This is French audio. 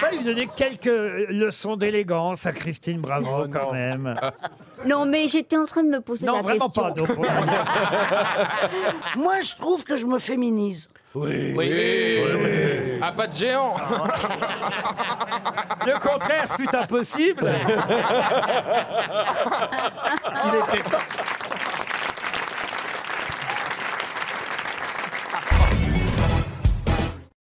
pas lui donner quelques euh, leçons d'élégance à Christine Bravo, quand même. Non, mais j'étais en train de me poser Non, Ah. la vraiment question. pas. donc, voilà. Moi, je trouve que je me féminise. Oui. Ah, pas de géant. Le contraire fut impossible. Il était-